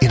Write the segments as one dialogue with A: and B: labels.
A: in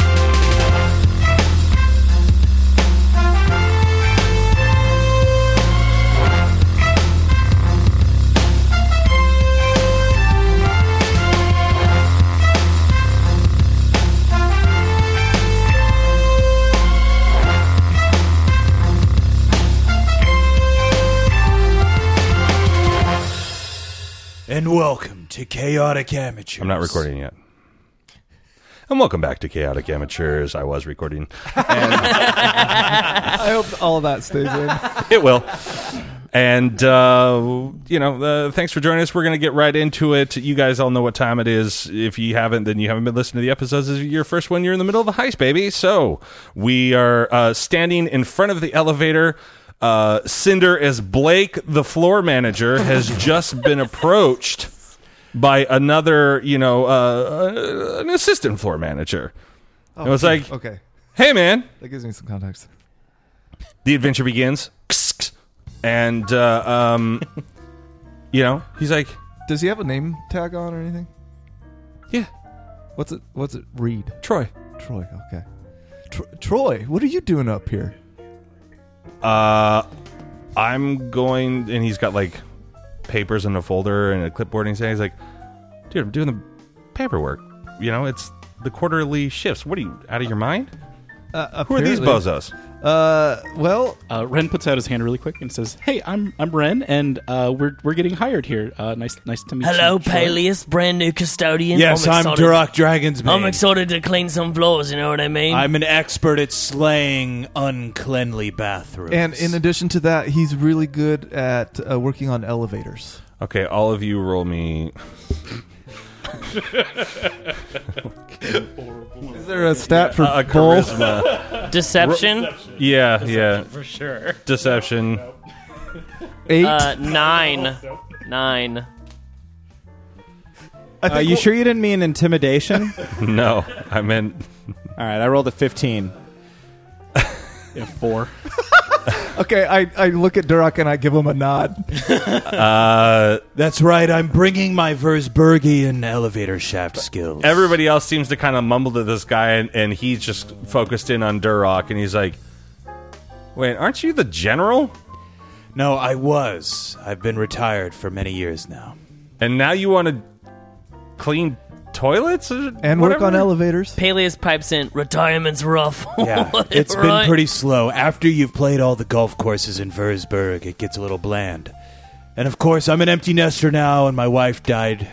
B: And welcome to Chaotic Amateurs.
C: I'm not recording yet. And welcome back to Chaotic Amateurs. I was recording.
D: I hope all of that stays in.
C: It will. And, uh, you know, uh, thanks for joining us. We're going to get right into it. You guys all know what time it is. If you haven't, then you haven't been listening to the episodes. This is your first one. You're in the middle of a heist, baby. So we are uh, standing in front of the elevator. Uh, Cinder, as Blake, the floor manager, has just been approached by another, you know, uh, uh, an assistant floor manager. it was like,
D: Oh, Okay,
C: hey, man,
D: that gives me some context.
C: the adventure begins. And, uh, um, you know, he's like,
D: Does he have a name tag on or anything?
C: yeah,
D: What's it? What's it? Reed.
C: Troy.
D: Troy. Okay. Tr- Troy, what are you doing up here?
C: Uh, I'm going, and he's got like papers in a folder and a clipboard. And he's saying, he's like, dude, I'm doing the paperwork. You know, it's the quarterly shifts. What are you, out of your mind?
D: Uh,
C: Who are these bozos?
D: Uh, well,
E: Uh, Ren puts out his hand really quick and says, "Hey, I'm I'm Ren, and uh, we're we're getting hired here. Uh, nice nice to meet
F: Hello,
E: you."
F: Peleus, brand new custodian.
B: Yes, I'm,
F: excited.
B: Duroc Dragon's
F: I'm excited to clean some floors, you know what I mean?
B: I'm an expert at slaying uncleanly bathrooms.
D: and in addition to that, he's really good at uh, working on elevators.
C: Okay, all of you roll me.
D: Is there a stat for
C: Uh,
D: bull?
C: charisma.
F: Deception,
C: Yeah, yeah. For sure. Deception.
D: Eight.
F: uh, nine. Nine.
D: I
G: Are
D: think
G: you
D: we'll-
G: sure you didn't mean intimidation?
C: No, I meant
G: All right, I rolled a 15.
E: Yeah, four.
D: Okay, I, I look at Durak and I give him a nod.
B: That's right, I'm bringing my Versbergian elevator shaft skills.
C: everybody else seems to kind of mumble to this guy, and, and he's just focused in on Durock, and he's like, "Wait, aren't you the general?
B: no, I was. I've been retired for many years now.
C: And now you want to clean toilets or
D: And work
C: whatever?
D: on elevators.
F: Peleus pipes in, retirement's rough.
B: Yeah, it's been pretty slow. After you've played all the golf courses in Würzburg, it gets a little bland. And of course, I'm an empty nester now, and my wife died.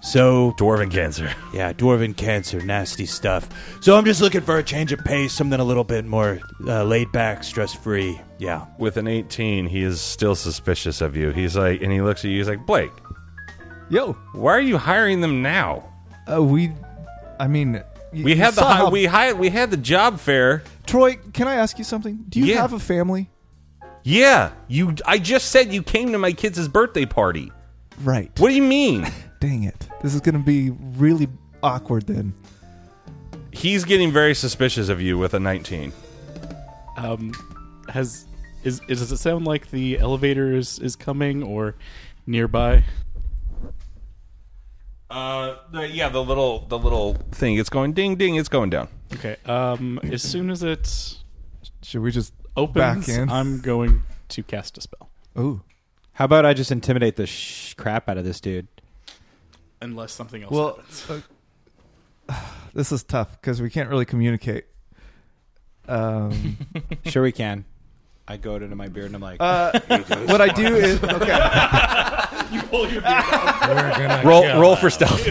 B: So,
C: dwarven cancer."
B: yeah, dwarven cancer, nasty stuff. So, I'm just looking for a change of pace, something a little bit more uh, laid back, stress free. Yeah.
C: With an eighteen, he is still suspicious of you. He's like, and he looks at you. He's like, "Blake,
D: Yo,
C: why are you hiring them now?
D: uh, we, I mean, y-
C: We
D: you
C: had the
D: saw
C: hi-
D: how-
C: we hi- we had the job fair."
D: Troy, can I ask you something? Do you
C: Yeah.
D: have a family?
C: Yeah, you. I just said you came to my kids' birthday party.
D: Right.
C: What do you mean?
D: Dang it. This is going to be really awkward then.
C: He's getting very suspicious of you with a 19.
E: Um, has is, is does it sound like the elevator is is coming or nearby?
C: Uh, the, yeah, the little the little thing. It's going ding ding. It's going down.
E: Okay. Um, as soon as it
D: Should we just back
E: opens,
D: in?
E: I'm going to cast a spell.
D: Ooh.
G: How about I just intimidate the sh- crap out of this dude?
E: Unless something else
D: Well, uh, this is tough because we can't really communicate. Um,
G: Sure, we can. I go to my beard and I'm like,
D: uh, what I do is okay.
C: Roll roll for stealth.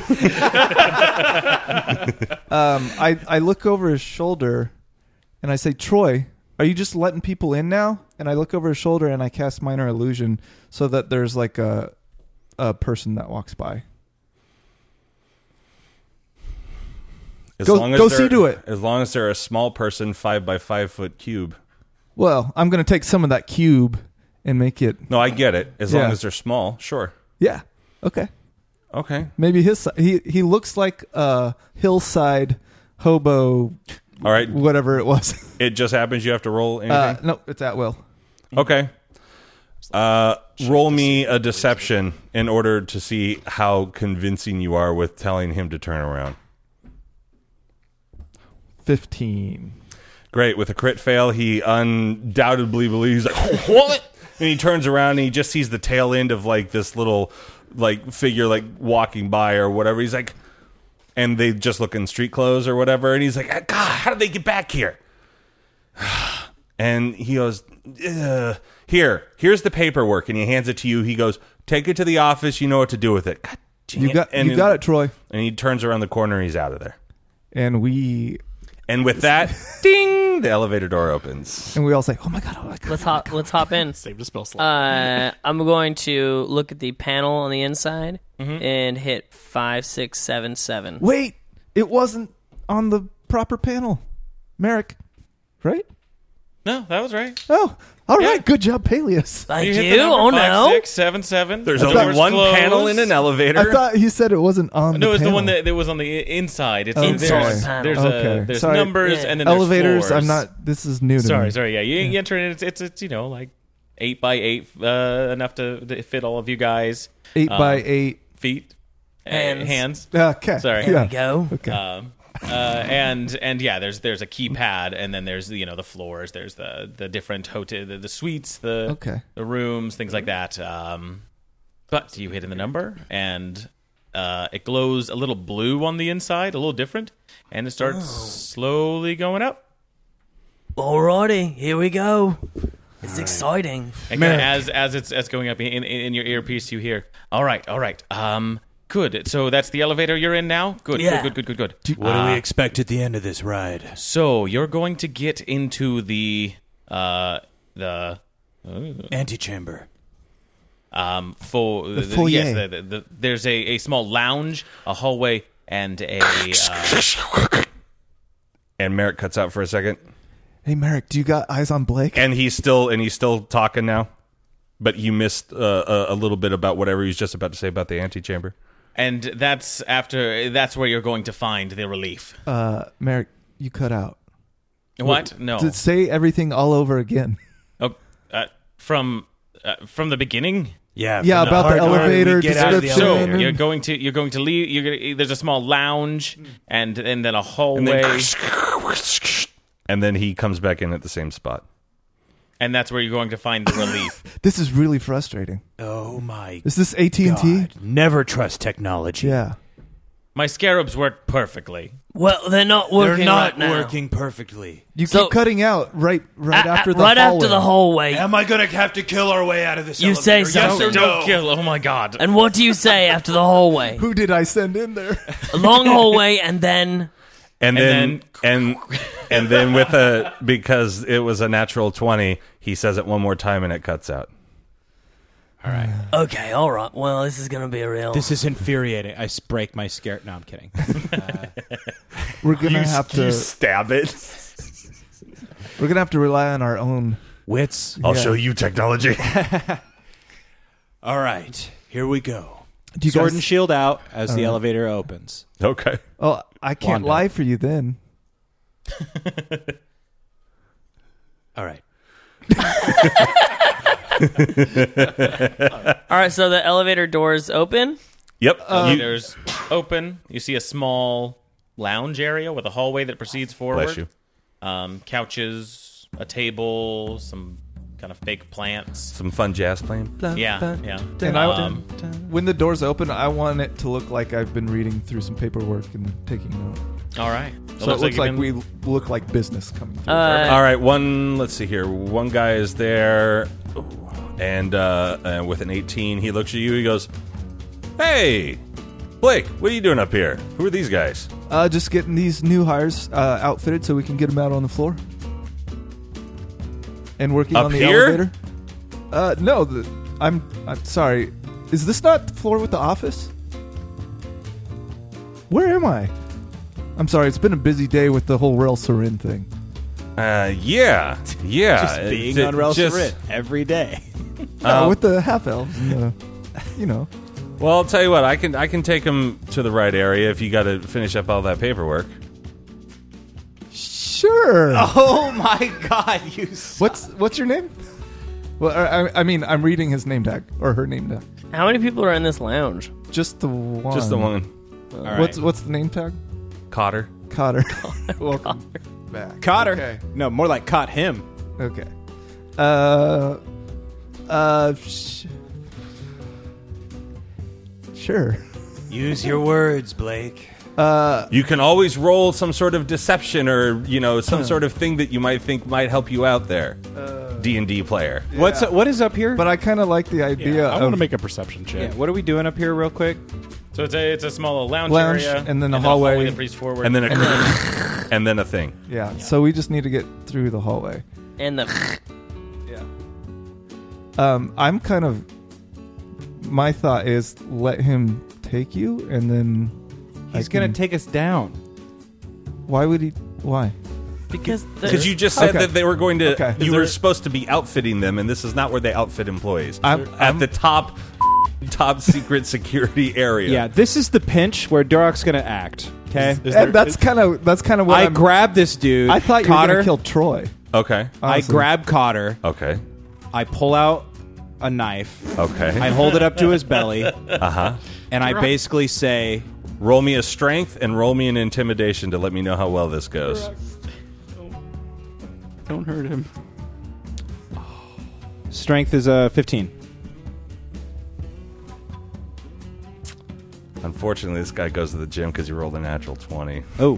D: Um, I I look over his shoulder, and I say, "Troy, are you just letting people in now?" And I look over his shoulder and I cast minor illusion so that there's like a a person that walks by.
C: As
D: Go- go
C: they're-
D: see to it.
C: As long as they're a small person, five by five foot cube.
D: Well, I'm gonna take some of that cube and make it.
C: No, I get it. As long
D: Yeah.
C: as they're small, sure.
D: Yeah. Okay.
C: Okay.
D: Maybe his si- he he looks like a hillside hobo,
C: All right.
D: whatever it was.
C: It just happens. You have to roll anything.
D: Uh, no, it's at will.
C: okay. Uh, roll me a deception in order to see how convincing you are with telling him to turn around.
D: Fifteen.
C: Great. With a crit fail, he undoubtedly believes like what? And he turns around and he just sees the tail end of like this little like figure like walking by or whatever. He's like and they just look in street clothes or whatever, and he's like, "Ah, God, how did they get back here? And he goes, "Ugh. Here, here's the paperwork, and he hands it to you. He goes, Take it to the office, you know what to do with it. God damn
D: You got
C: and
D: you got it, Troy.
C: And he turns around the corner and he's out of there.
D: And we
C: And with that, ding, the elevator door opens.
D: and we all say, "Oh my god! Oh my god!"
F: Let's hop. Let's hop in.
E: Saved a spell slot.
F: Uh, I'm going to look at the panel on the inside
B: Mm-hmm.
F: and hit five, six, seven, seven.
D: Wait, it wasn't on the proper panel, Merrick. Right?
H: No, that was right.
D: Oh, all right. Good job, Peleus.
F: Thank you.
H: hit the number
F: oh
H: five,
F: no.
H: six, seven, seven.
C: There's
H: The
C: only
H: door's
C: one
H: closed.
C: panel in an elevator.
D: I thought you said it wasn't on.
H: No,
D: the
H: it's the
D: panel.
H: one that, that was on the i- inside. It's
D: Okay.
H: there's,
F: Inside
H: there's,
D: panel.
H: a-
D: Okay.
H: there's
D: Sorry.
H: numbers
F: Yeah.
H: and then there's
D: elevators.
H: floors.
D: I'm not. This is new to me.
H: Sorry, sorry. Yeah, you, you enter in. It's, it's it's you know like eight by eight uh, enough to, to fit all of you guys
D: Eight
H: Uh,
D: by eight. Uh,
H: feet
F: Hands.
H: and hands.
D: Okay.
H: Sorry.
F: There
D: Yeah.
F: we go.
H: Um, uh, and and yeah, there's there's a keypad, and then there's you know the floors, there's the the different hotel, the, the suites, the
D: Okay.
H: the rooms, things like that. Um, but you hit in the number, and uh, it glows a little blue on the inside, a little different, and it starts slowly going up.
F: Alrighty, here we go. It's exciting.
H: And kinda as as it's as going up in, in in your earpiece, you hear, "All right, all right, um, good. So that's the elevator you're in now. Good,
F: Yeah.
H: good, good, good, good, good.
B: What
F: Uh,
B: do we expect at the end of this ride?
H: So you're going to get into the uh the
B: Antechamber.
H: um for the,
D: foyer.
H: yes the, the, the, there's a, a small lounge, a hallway, and a uh,
C: and Merrick cuts out for a second,
D: Hey, Merrick, do you got eyes on Blake?
C: and he's still and he's still talking now, but you missed uh, a, a little bit about whatever he was just about to say about the antechamber.
H: and that's after that's where you're going to find the relief.
D: Uh, Merrick, you cut out.
H: what? No.
D: Did say everything all over again.
H: Oh, uh, from uh, from the beginning.
B: Yeah,
D: Yeah,
B: from the
D: about the
B: hard part,
D: elevator
B: we get out of the
D: description.
H: So
B: elevator.
H: you're going to you're going to leave. You're gonna, there's a small lounge and and then a
C: And
H: hallway,
C: then,
H: and,
C: and then he comes back in at the same spot.
H: that's where you're going to find the relief.
D: This is really frustrating.
B: Oh my
D: Is this AT and T?
B: god! Never trust technology.
D: Yeah.
H: My scarabs work perfectly.
F: Well, they're not
B: they're
F: working
B: not
F: right now.
B: working perfectly.
D: You
F: So-
D: keep cutting out right right
F: A- a-
D: after the
F: right
D: hallway.
F: after the hallway.
B: Am I gonna have to kill our way out of this?
F: You say
B: elevator? Yes
F: so.
B: or
H: Don't
B: no?
H: kill! Oh my god!
F: and what do you say after the hallway?
D: Who did I send in there?
F: A long hallway, and then
H: And
C: And, then, and and then with a because it was a natural twenty, he says it one more time and it cuts out.
F: okay, all right. Well, this is gonna be a real.
G: This is infuriating. I s- break my scare. No, I'm kidding.
D: We're gonna have to.
C: stab it.
D: We're gonna have to rely on our own.
B: Wits.
C: I'll
D: Yeah.
C: show you technology.
B: All right, here we go.
D: Do you
G: Sword
D: guys-
G: and shield out as the
D: Uh,
G: elevator opens.
C: okay.
D: Oh, I can't
G: Wanda.
D: lie for you then.
B: All right.
F: All right, so the elevator doors open.
C: Yep. You-
H: Uh, There's open. You see a small lounge area with a hallway that proceeds forward.
C: bless you.
H: Um, couches, a table, some kind of fake plants.
C: Some fun jazz playing.
H: Yeah, yeah.
D: And I-
H: Um,
D: When the doors open, I want it to look like I've been reading through some paperwork and taking notes.
H: all right.
D: So it looks
H: you've
D: like,
H: been-
D: we look like business coming through.
F: Uh,
C: All right, one. Let's see here. One guy is there, and uh, uh, with an 18, he looks at you. He goes, "Hey, Blake, what are you doing up here? Who are these guys?"
D: Uh, just getting these new hires uh, outfitted so we can get them out on the floor. And working
C: Up
D: on the
C: here?
D: elevator. Uh, no, the, I'm, I'm sorry. Is this not the floor with the office? Where am I? I'm sorry. It's been a busy day with the whole rail Sarin thing.
C: Uh, yeah, yeah.
G: Just being
C: Uh,
G: on Rel
C: just-
G: Sarit every day.
D: Uh,
C: Um,
D: with the half elves. and the- you know,
C: Well, I'll tell you what. I can I can take him to the right area if you got to finish up all that paperwork.
D: sure.
G: Oh my god, you.
D: What's what's your name? Well, I, I- I mean, I'm reading his name tag or her name tag.
F: How many people are in this lounge?
D: Just the one.
C: Just the one. All right.
D: What's what's the name tag?
C: Cotter?
D: Cotter. Welcome back.
G: Cotter.
D: Okay.
G: No, more like caught him.
D: Okay. Uh. Uh. Sh- sure.
B: Use your words, Blake.
D: Uh.
C: You can always roll some sort of deception or, you know, some sort of thing that you might think might help you out there. D&D player.
G: What's what is up here?
D: But I kind of like the idea
E: I want
D: of
E: to make a perception check.
G: yeah, what are we doing up here, real quick?
H: So it's a it's a small lounge,
D: Lounge,
H: area,
D: and then a hallway.
H: that breeze forward,
C: And then a and then a thing.
D: yeah, So we just need to get through the hallway.
F: And the
D: Yeah. Um. I'm kind of. My thought is let him take you, and then I
G: He's gonna
D: can-
G: take us down.
D: Why would he? Why?
F: because the-
C: Because you just said
D: Okay.
C: that they were going to,
D: Okay.
C: you
D: Is
C: were
D: there-
C: supposed to be outfitting them, and this is not where they outfit employees.
D: I'm-
C: At
D: I'm-
C: the top, top secret security area.
G: Yeah, this is the pinch where Durok's gonna act. Okay,
E: Is there-
D: And that's kind of that's kind of what
G: I
D: I'm-
G: grab this dude.
D: I thought you were
G: Cotter.
D: gonna kill Troy.
C: Okay.
G: I
D: Honestly.
G: grab Cotter.
C: Okay.
G: I pull out a knife.
C: Okay.
G: I hold it up to his belly. Uh huh. And I basically say,
C: Roll me a strength and roll me an intimidation to let me know how well this goes.
E: Don't hurt him.
G: "Strength is uh, a 15."
C: Unfortunately, this guy goes to the gym because he rolled a natural 20.
G: Oh,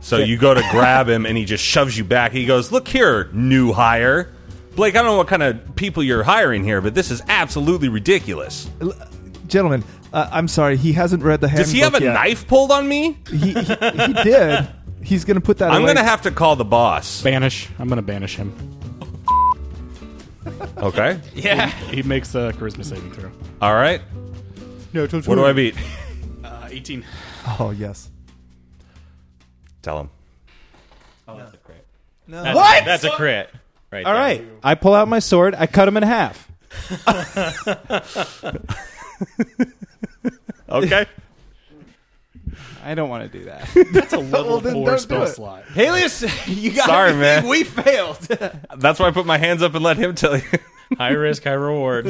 C: So you go to grab him and he just shoves you back. He goes, Look here, new hire. Blake, I don't know what kind of people you're hiring here, but this is absolutely ridiculous.
D: Gentlemen, uh, I'm sorry. He hasn't read the handbook
C: Does he have a
D: yet.
C: knife pulled on me?
D: He, he, he did. He's gonna put that.
C: I'm
D: away.
C: going to have to call the boss.
E: Banish. I'm gonna banish him.
C: Okay.
G: uh,
E: He makes a charisma saving throw.
C: All right.
E: No,
C: What do I beat?
E: Uh, 18.
D: Oh yes.
C: Tell him.
H: that's,
G: What?
H: That's a crit. Right.
G: all right. I pull out my sword. I cut him in half.
C: Okay.
G: I don't want to do that.
E: That's a level
D: then don't
E: four
D: do
E: spell
D: it.
E: slot.
G: Helios, you got
C: Sorry, everything. man.
G: We failed.
C: That's why I put my hands up and let him tell you.
H: High risk, high reward.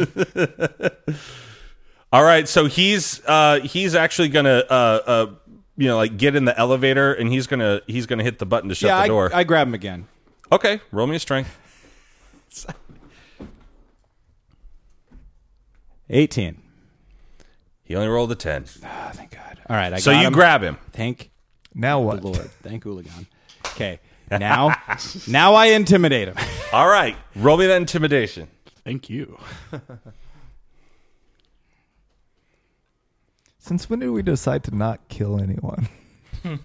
C: All right, so he's uh, he's actually gonna uh, uh, you know like get in the elevator and he's gonna he's gonna hit the button to shut
G: yeah,
C: the door.
G: I, I grab him again.
C: okay, roll me a strength.
G: 18.
C: He only rolled a ten,
G: Oh, thank God. All right, I
C: so
G: got
C: you
G: him.
C: grab him.
G: Thank
D: Now
G: the
D: what?
G: Lord. Thank Ooligan. Okay. Now, now I intimidate him.
C: Uh, All right, roll me that intimidation.
E: Thank you.
D: Since when did we decide to not kill anyone?
F: when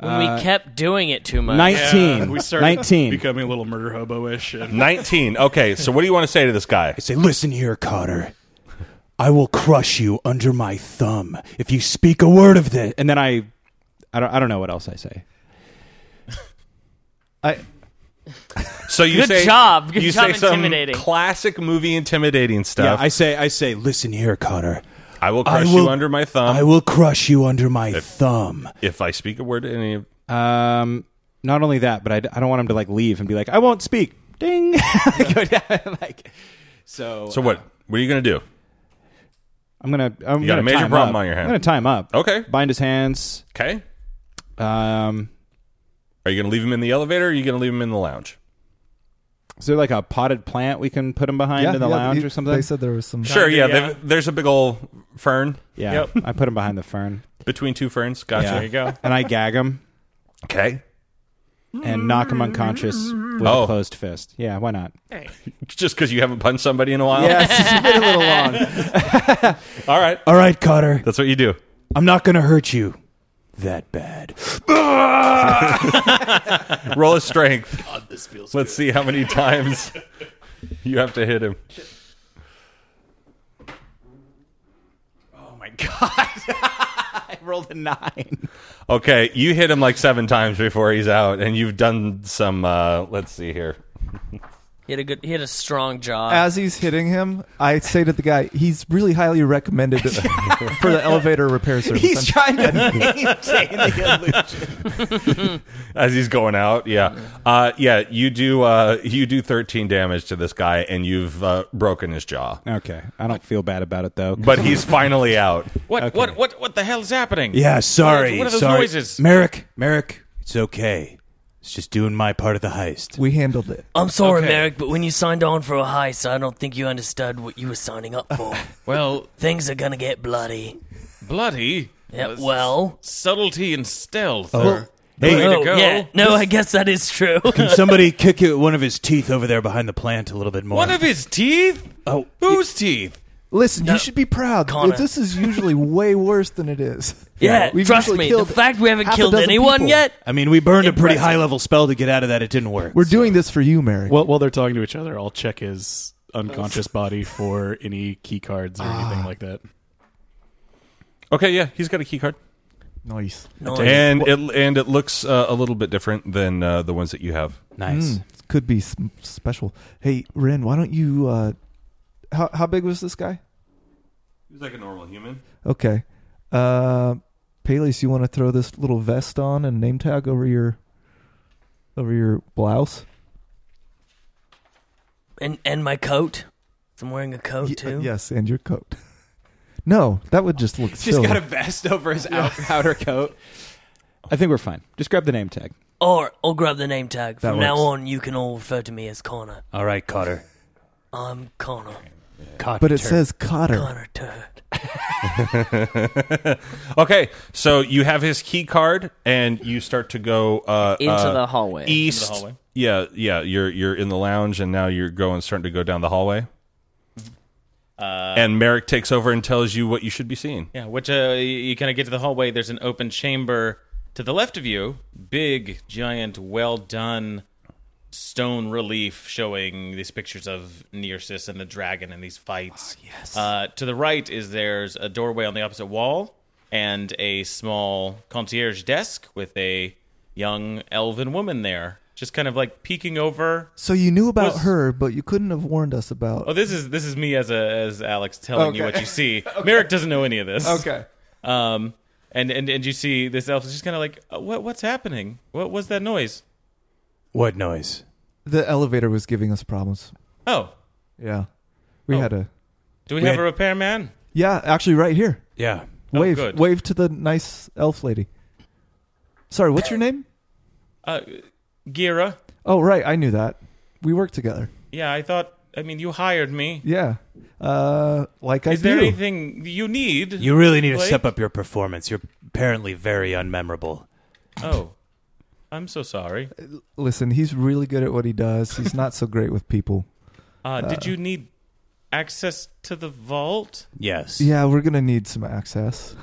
F: we kept doing it too much.
G: 19.
E: we started
G: 19.
E: becoming a little murder hobo-ish. And
C: Nineteen. Okay, so what do you want to say to this guy?
B: I say, listen here, Cotter. I will crush you under my thumb if you speak a word of this.
G: and then I, I don't, I don't know what else I say.
D: I
C: So you
F: Good
C: say
F: job. Good
C: you
F: job
C: say some
F: intimidating.
C: classic movie intimidating
B: Yeah,
C: stuff.
B: I say, I say, listen here, Cotter.
C: I, will crush
B: will-
C: you under my thumb
B: I will crush you under my thumb.
C: if I speak a word to any. of
G: Um, not only that, but I, d- I don't want him to like leave and be like, I won't speak. Ding. Go down, like, so.
C: So what? What are you gonna do?
G: I'm gonna. I'm
C: You
G: gonna
C: got a major
G: tie him
C: problem
G: up.
C: on your hand.
G: I'm gonna tie him up.
C: Okay.
G: Bind his hands.
C: Okay.
G: Um,
C: Are you gonna leave him in the elevator? or Are you gonna leave him in the lounge?
G: is there like a potted plant we can put him behind
D: yeah,
G: in the
D: yeah,
G: lounge
D: he-
G: or something?
D: They said there was some.
C: Sure. Yeah.
H: yeah.
F: uh,
C: they've- There's a big old fern.
G: yeah,
H: Yep.
G: I put him behind the fern.
C: Between two ferns. Gotcha.
G: Yeah.
H: There you go.
G: and I gag him
C: Okay.
G: and knock him unconscious with
C: Oh.
G: a closed fist. Yeah, why not?
C: Just because you haven't punched somebody in a while?
G: it's been a little long.
C: All right.
B: All right, Cotter.
C: That's what you do.
B: I'm not going to hurt you that bad.
C: Roll a strength. Let's see how many times you have to hit him.
G: Oh my god! I rolled a nine.
C: Okay. You hit him like seven times before he's out, and you've done some, uh, let's see here.
F: He had a good. He had a strong jaw.
D: As he's hitting him, I say to the guy, "He's really highly recommended for the elevator repair service."
G: He's
D: I'm-
G: trying to maintain the illusion.
C: as he's going out. Yeah, uh, yeah. You do uh, you do thirteen damage to this guy, and you've uh, broken his jaw.
G: Okay, I don't feel bad about it though.
C: But he's finally out.
H: What? What? What? What the hell's happening?
B: Yeah, sorry.
H: What are those
B: sorry.
H: noises?
B: Merrick, Merrick, it's okay. It's just doing my part of the heist.
D: we handled it.
F: I'm sorry,
H: Okay.
F: Merrick, but when you signed on for a heist, I don't think you understood what you were signing up for.
H: Well,
F: Things are gonna get bloody.
H: bloody.
F: Yeah,
H: Uh,
F: well,
H: subtlety and stealth.
B: Well,
H: are the
B: hey-
H: way
F: oh,
H: to go.
F: yeah. No, I guess that is true.
B: Can somebody kick it, one of his teeth over there behind the plant a little bit more?
H: One of his teeth?
B: oh,
H: Whose teeth?
D: Listen, you should be proud.
F: Connor.
D: This is usually way worse than it is.
F: yeah,
D: We've
F: trust
D: usually
F: me. The
D: killed
F: fact we haven't
D: half a
F: killed
D: dozen
F: anyone
D: people.
F: yet.
B: I mean, we burned a pretty
F: Impressive.
B: high level spell to get out of that. It didn't work.
D: We're doing this for you, Mary.
E: Well, while they're talking to each other, I'll check his unconscious body for any key cards or anything like that.
C: Okay, yeah, he's got a key card,
D: nice.
F: No,
C: and it and it looks uh, a little bit different than uh, the ones that you have.
E: Hmm.
B: nice.
D: Mm, could be s- special. Hey, Ren, why don't you? Uh, how how big was this guy?
C: He's like a normal human.
D: Okay. Uh, Peleus, you want to throw this little vest on and name tag over your over your blouse?
F: and and my coat. I'm wearing a coat
D: Ye- uh,
F: too.
D: yes, and your coat. No, that would just look
G: She's
D: silly.
G: got a vest over his out, outer coat. I think we're fine. Just grab the name tag.
F: Or I'll grab the name tag. From
D: That
F: now
D: works.
F: on, you can all refer to me as Connor.
B: All right, Cotter.
F: I'm Connor.
B: Cotter.
D: but it says Cotter.
F: Connor Turd.
C: Okay, so you have his key card, and you start to go uh,
I: Into
C: uh,
I: the hallway.
D: e-
C: east.
H: hallway.
C: Yeah, yeah. You're you're in the lounge, and now you're going starting to go down the hallway. Mm-hmm. and Merrick takes over and tells you what you should be seeing.
H: Yeah, which uh, you, you kind of get to the hallway. There's an open chamber to the left of you. Big, giant, well done stone relief showing these pictures of Nearsis and the dragon and these
D: Ah,
H: fights. yes. Uh, to the right is there's a doorway on the opposite wall and a small concierge desk with a young elven woman there, just kind of like peeking over.
D: So you knew about
H: Was-
D: her, but you couldn't have warned us about.
H: Oh, this is this is me as a as Alex telling you
D: Okay.
H: what you see. Merrick doesn't know any of this.
D: okay.
H: Um, and, and, and you see this elf is just kind of like, "Uh, what what's happening? What was that noise?
B: What noise?
D: The elevator was giving us problems.
H: Oh,
D: Yeah, we
H: Oh.
D: had a.
H: do we,
B: We
H: have
B: had-
H: a repairman?
D: Yeah, actually, right here.
B: Yeah.
D: Wave,
H: Oh, good.
D: wave to the nice elf lady. Sorry, what's your name?
H: Uh, Gira?
D: Oh, right, I knew that. We work together.
H: Yeah, I thought. I mean, you hired me.
D: Yeah, uh, like I
H: Is there
D: do.
H: anything you need?
B: You really need to
H: Blake?
B: step up your performance. You're apparently very unmemorable.
H: Oh, I'm so sorry. Uh,
D: Listen, he's really good at what he does. He's not so great with people.
H: Uh, did you need access to the vault?
B: Yes.
D: Yeah, we're gonna need some access.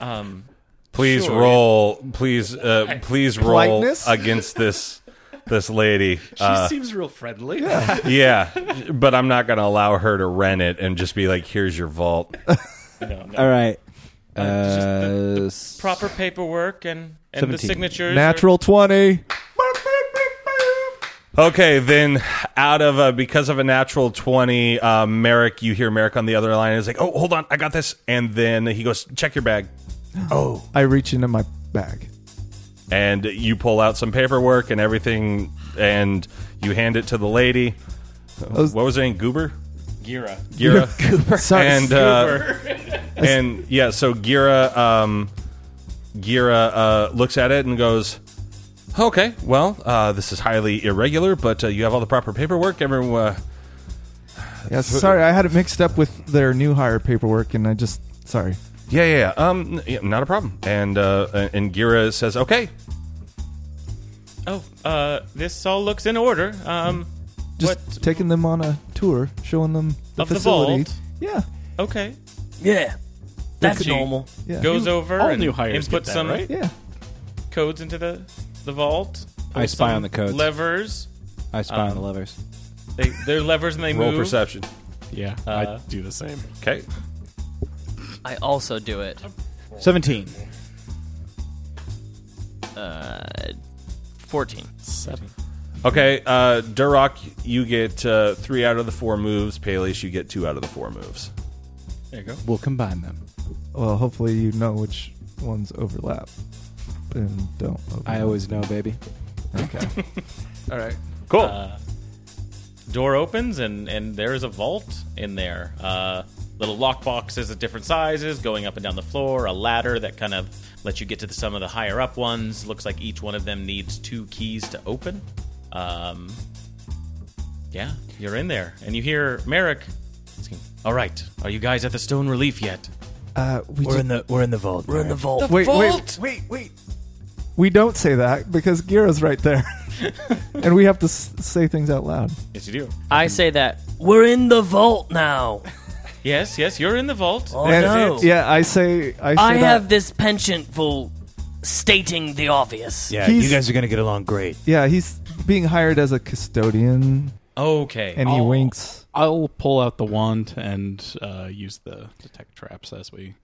H: Um,
C: Please
H: Sure.
C: roll. Please, uh, please roll
D: Politeness?
C: against this this lady. Uh,
E: seems real friendly.
C: yeah, but I'm not going to allow her to rent it and just be like, "Here's your vault."
G: All right.
H: it's just the-
G: Uh,
H: the
G: s-
H: proper paperwork and and the
G: 17.
H: signatures. are-
D: Natural twenty.
C: Okay, then out of uh, because of a natural twenty, uh, Merrick, you hear Merrick on the other line is like, "Oh, hold on, I got this." And then he goes, "Check your bag,"
B: Oh,
D: I reach into my bag.
C: and you pull out some paperwork and everything, and you hand it to the lady.
D: was-
C: what was her name? Goober.
H: Gira.
C: Gira.
D: Sorry,
C: and uh, and yeah, so Gira um, Gira uh, looks at it and goes, "Okay, well, uh, this is highly irregular, but uh, you have all the proper paperwork. Everyone, uh,
D: yeah, sorry, I had it mixed up with their new hire paperwork, and I just sorry.
C: yeah, yeah, yeah, um, n- yeah, not a problem." And uh, and Gira says, "Okay,
H: Oh, uh, this all looks in order. Um,
D: Just
H: What-
D: taking them on a tour, showing them the
H: Of the
D: facility.
H: vault?
D: yeah,
H: okay.
F: Yeah, that's
H: you-
F: normal.
D: yeah,
H: goes over
E: all
H: and
E: new hires
H: input
E: get that,
H: some
E: right?
D: yeah.
H: codes into the the vault.
G: I
H: Pulls
G: spy
H: some
G: on the codes.
H: Levers.
G: I spy on the levers.
H: They they're levers and they
C: roll
H: move.
C: perception."
E: Yeah,
H: Uh,
E: I do the same.
C: Okay,
I: I also do it.
G: Seventeen.
I: 14.
E: Seven.
C: Okay, uh, Durok, you get uh, three out of the four moves. Palish, you get two out of the four moves.
H: There you go.
G: We'll combine them.
D: Well, hopefully you know which ones overlap and don't. Overlap.
G: I always know, baby.
D: Okay. All right.
C: Cool.
H: Door opens and and there is a vault in there. Uh, little lock boxes of different sizes going up and down the floor. A ladder that kind of lets you get to the, some of the higher up ones. Looks like each one of them needs two keys to open. Um, yeah, you're in there, and you hear Merrick. asking, All right, are you guys at the stone relief yet?
D: Uh, we
B: We're
D: ju-
B: in the we're in the vault. We're in the vault.
D: wait, wait, wait, wait. We don't say that because Gira's right there, and we have to s- say things out loud.
H: Yes, you do.
F: I say that we're in the vault now.
H: Yes, yes, you're in the vault.
F: Oh
D: And-
F: no!
D: Yeah, I say. I, say
F: I
D: that.
F: have this penchant for stating the obvious.
B: Yeah,
D: He's-
B: you guys are gonna get along great.
D: Yeah, he's being hired as a custodian,
H: Okay.
D: and
G: Oh.
F: Oh.
D: he winks.
E: I'll pull out the wand and uh, use the detect traps as we.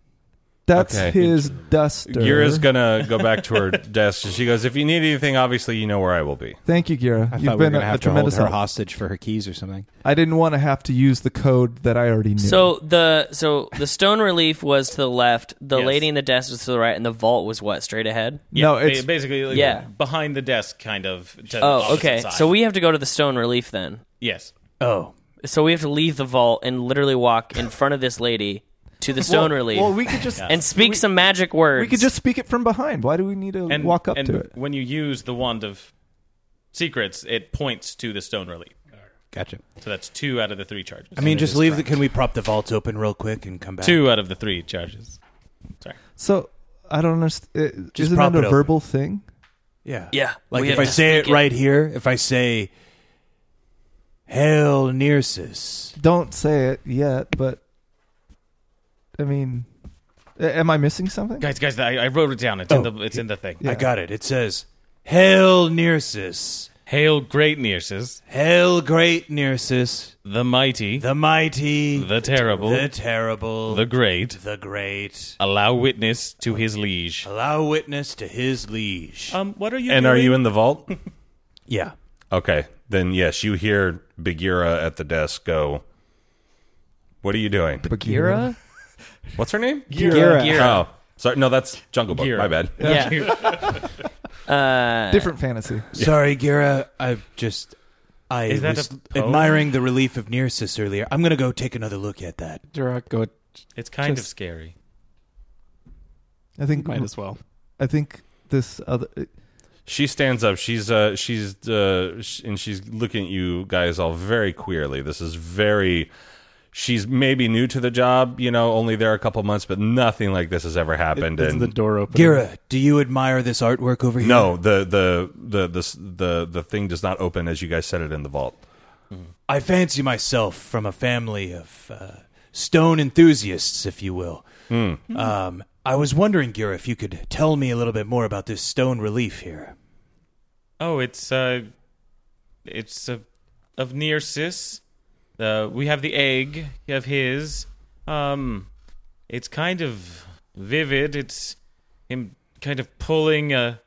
D: That's
C: Okay.
D: his duster.
C: Gira's gonna go back to her desk. and She goes, "If you need anything, obviously you know where I will be."
D: Thank you, Gira.
G: I
D: You've
G: thought we were
D: been
G: gonna
D: a, a
G: have to hold
D: tremendous
G: her
D: help.
G: hostage for her keys or something.
D: I didn't want to have to use the code that I already knew.
F: So the so the stone relief was to the left, the
H: Yes.
F: lady in the desk was to the right, and the vault was what straight ahead.
H: Yeah,
D: no,
H: ba-
D: it's
H: basically like
F: Yeah.
H: behind the desk, kind of. To the
F: Oh,
H: opposite
F: okay.
H: side.
F: So we have to go to the stone relief then.
H: yes,
B: Oh,
F: So we have to leave the vault and literally walk in front of this lady to the stone relief
D: Well, we could just
F: and speak some magic words.
D: we could just speak it from behind. Why do we need to
H: and
D: walk up
H: and
D: to it?
H: When you use the wand of secrets, it points to the stone relief.
G: Gotcha.
H: So that's two out of the three charges.
B: I mean, just leave. The, can we prop the vault open real quick and come back?
H: two out of the three charges. Sorry.
D: So I don't understand.
B: Just
D: Isn't
B: prop
D: that
B: it
D: a
B: open.
D: verbal thing?
B: Yeah.
F: Yeah,
B: Like
F: we
B: if
F: have
B: I
F: to
B: say it
F: speak it.
B: right here, if I say, "Hail Nearsis,"
D: Don't say it yet, but I mean, a- am I missing something?
H: Guys, guys, I, I wrote it down. It's in
B: Oh,
H: the it's in the thing.
D: Yeah.
B: I got it. It says, "Hail Nearsis,
H: Hail, great Nearsis,
B: hail great Nearsis,
H: the mighty, the,
B: the mighty,
H: terrible,
B: the
H: the,
B: terrible,
H: great.
B: the great."
H: Allow witness to his liege.
B: Allow witness to his liege.
H: Um, what are you?
C: And are you in the vault?
B: yeah.
C: Okay, then yes, you hear Bagheera at the desk go. What are you doing?
D: Bagheera?
C: What's her name?
G: Gira.
C: Oh, sorry. No, that's Jungle Book.
H: Bagheera.
C: My bad.
E: Oh.
F: yeah. uh,
D: Different fantasy.
B: Sorry, Gira. I just I
H: Is that
B: was
H: a poem?
B: admiring the relief of Nearsis earlier. I'm gonna go take another look at that.
E: Durak, go.
H: It's kind of
E: Just-
H: scary.
D: I think.
E: Might as well.
D: I think this other. uh,
C: She stands up. She's uh she's uh sh- and she's looking at you guys all very queerly. This is very she's maybe new to the job, you know, only there a couple months, but nothing like this has ever happened
E: Is
C: and
E: the door open?
B: Gira, do you admire this artwork over here?
C: no, the the the the s- the the thing does not open as you guys set it in the vault.
B: I fancy myself from a family of uh, stone enthusiasts, if you will. Um, I was wondering, Gira, if you could tell me a little bit more about this stone relief here.
H: Oh, it's uh, it's uh, of Nearsis. Uh, we have the egg of his. Um, it's kind of vivid. It's him kind of pulling a,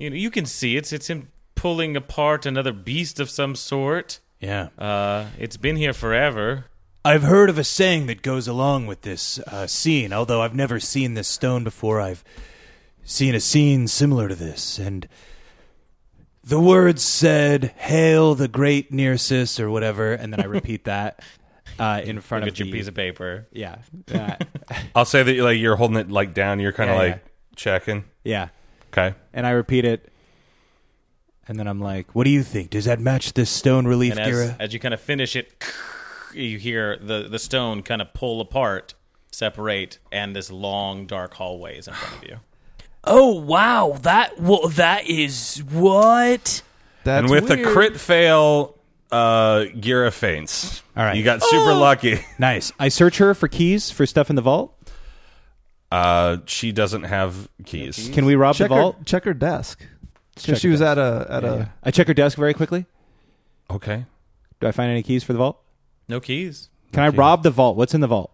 H: you know, you can see it's it's him pulling apart another beast of some sort.
B: Yeah.
H: Uh, it's been here forever.
B: I've heard of a saying that goes along with this uh, scene, although I've never seen this stone before. I've seen a scene similar to this, and the words said, Hail the great Nearsis, or whatever, and
G: And then I repeat that uh, in front
H: Look at
G: of
H: your
G: the-
H: piece of paper.
G: Yeah. Yeah.
C: I'll say that like you're holding it like down, you're kind of
G: Yeah,
C: like checking.
G: yeah.
C: Okay.
G: And I repeat it.
B: and then I'm like, What do you think? Does that match this stone relief,
H: And as,
B: Gira?
H: as you kind of finish it, you hear the, the stone kind of pull apart, separate, and this long, dark hallway is in front of you.
F: oh wow, that what that is what?
D: That's
C: and with
D: weird.
C: a crit fail, uh Gira faints. All
B: right.
C: You got super lucky.
G: Nice. I search her for keys for stuff in the vault.
C: Uh she doesn't have keys.
G: Can we rob
D: check
G: the vault?
D: her check her desk. 'Cause
G: Check
D: she
G: her
D: was at
G: desk.
D: a at
G: Yeah,
D: a.
G: yeah. I check her desk very quickly.
C: Okay.
G: Do I find any keys for the vault?
H: No keys.
G: Can I rob the vault? What's in the vault?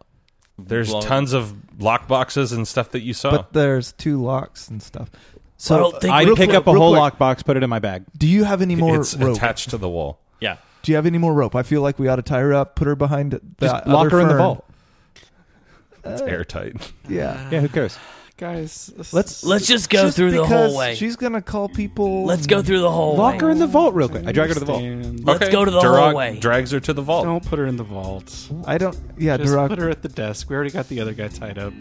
C: There's
H: Blown.
C: tons of lock boxes and stuff that you saw.
D: But there's two locks and stuff. So
F: don't think-
G: I
D: real
G: pick
D: quick-
G: up a
D: real
G: whole
D: quick,
G: lockbox, put it in my bag.
D: Do you have any more
C: it's
D: rope?
C: attached to the wall.
H: Yeah.
D: Do you have any more rope? I feel like we ought to tie her up, put her behind the
G: Just
D: other
G: lock her in the
D: fern.
G: vault.
C: It's airtight.
D: Yeah.
G: Yeah, who cares?
E: guys.
D: Let's
F: Let's just go through the
D: because
F: hallway.
D: She's gonna call people.
F: Let's go through the hallway.
G: Lock her in the vault real quick. I drag her to the vault.
F: Let's
C: okay.
F: go to the
C: Durog
F: hallway.
C: Drags her to the vault.
E: Don't put her in the vault.
D: I don't. Yeah,
E: Just
D: Duroc.
E: put her at the desk. We already got the other guy tied up.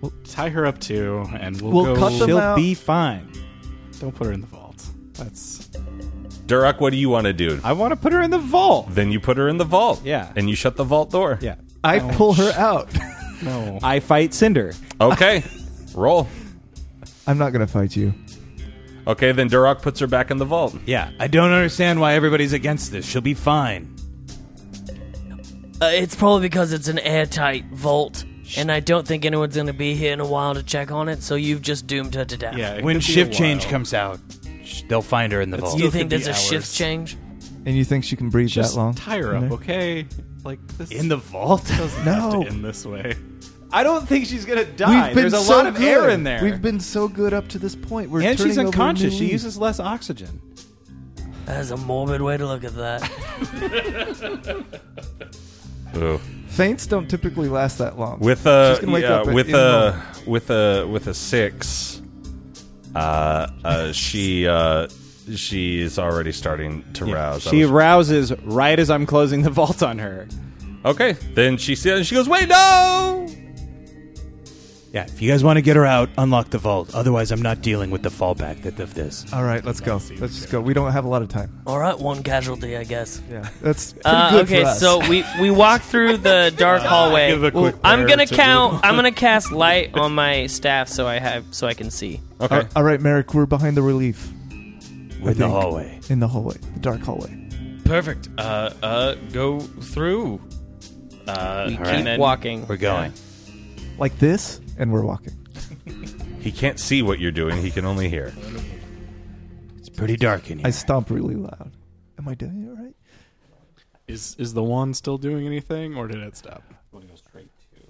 E: We'll tie her up too, and we'll,
D: We'll
E: go.
D: cut them
G: She'll
D: out.
G: be fine.
E: Don't put her in the vault. That's
C: Duroc, what do you want to do?
G: I want to put her in the vault.
C: Then you put her in the vault.
G: Yeah.
C: And you shut the vault door.
G: Yeah.
D: I pull her out.
E: no.
G: I fight Cinder.
C: Okay. Roll.
D: I'm not gonna fight you.
C: Okay, then Duroc puts her back in the vault.
B: Yeah, I don't understand why everybody's against this. She'll be fine.
F: Uh, it's probably because it's an airtight vault, and I don't think anyone's going to be here in a while to check on it. So you've just doomed her to death.
E: yeah. it
B: when
E: could be a
B: shift change
E: while.
B: comes out, sh- they'll find her in the
E: It's
B: vault.
F: Do you
E: Still
F: think
E: could
F: there's
E: be
F: a shift
E: hours.
F: change?
D: And you think she can breathe
E: just
D: that long?
E: tie her
D: in
E: up,
D: there?
E: okay? Like this
B: in the vault?
E: doesn't
D: No.
E: have to end this way.
G: I don't think she's gonna die.
D: We've been
G: There's a
D: so
G: lot of
D: good.
G: air in there.
D: We've been so good up to this point. We're
G: and she's
D: turning over a new
G: unconscious. She
D: leaf.
G: uses less oxygen.
F: That's a morbid way to look at that.
C: Ooh.
D: Faints don't typically last that long.
C: With a
D: She's gonna wake
C: yeah,
D: up at-
C: with
D: in the
C: a with a with a six, uh, uh, she uh, she is already starting to rouse. I
G: She
C: was-
G: rouses right as I'm closing the vault on her.
C: okay, then she says she goes, wait, no.
B: yeah, if you guys want to get her out, unlock the vault. Otherwise, I'm not dealing with the fallback that of this.
D: All right, let's go. Let's just go. We don't have a lot of time.
F: All right, one casualty, I guess.
D: Yeah, that's pretty
F: Uh,
D: good
F: okay,
D: for us.
F: so we we walk through the dark hallway.
E: give a quick
F: I'm
E: prayer
F: gonna
E: to-
F: count. I'm gonna cast light on my staff so I have so I can see.
D: all
C: Okay,
D: all right, Merrick, we're behind the relief
B: We're in the
D: think-
B: hallway.
D: in the hallway, the dark hallway.
H: Perfect. Uh, uh, go through. Uh,
F: We
H: and
F: keep
H: then-
F: walking.
B: We're going.
D: Like this, and we're walking.
C: he can't see what you're doing; he can only hear.
B: It's pretty dark in here.
D: I stomp really loud. Am I doing it right?
E: Is is the wand still doing anything, or did it stop?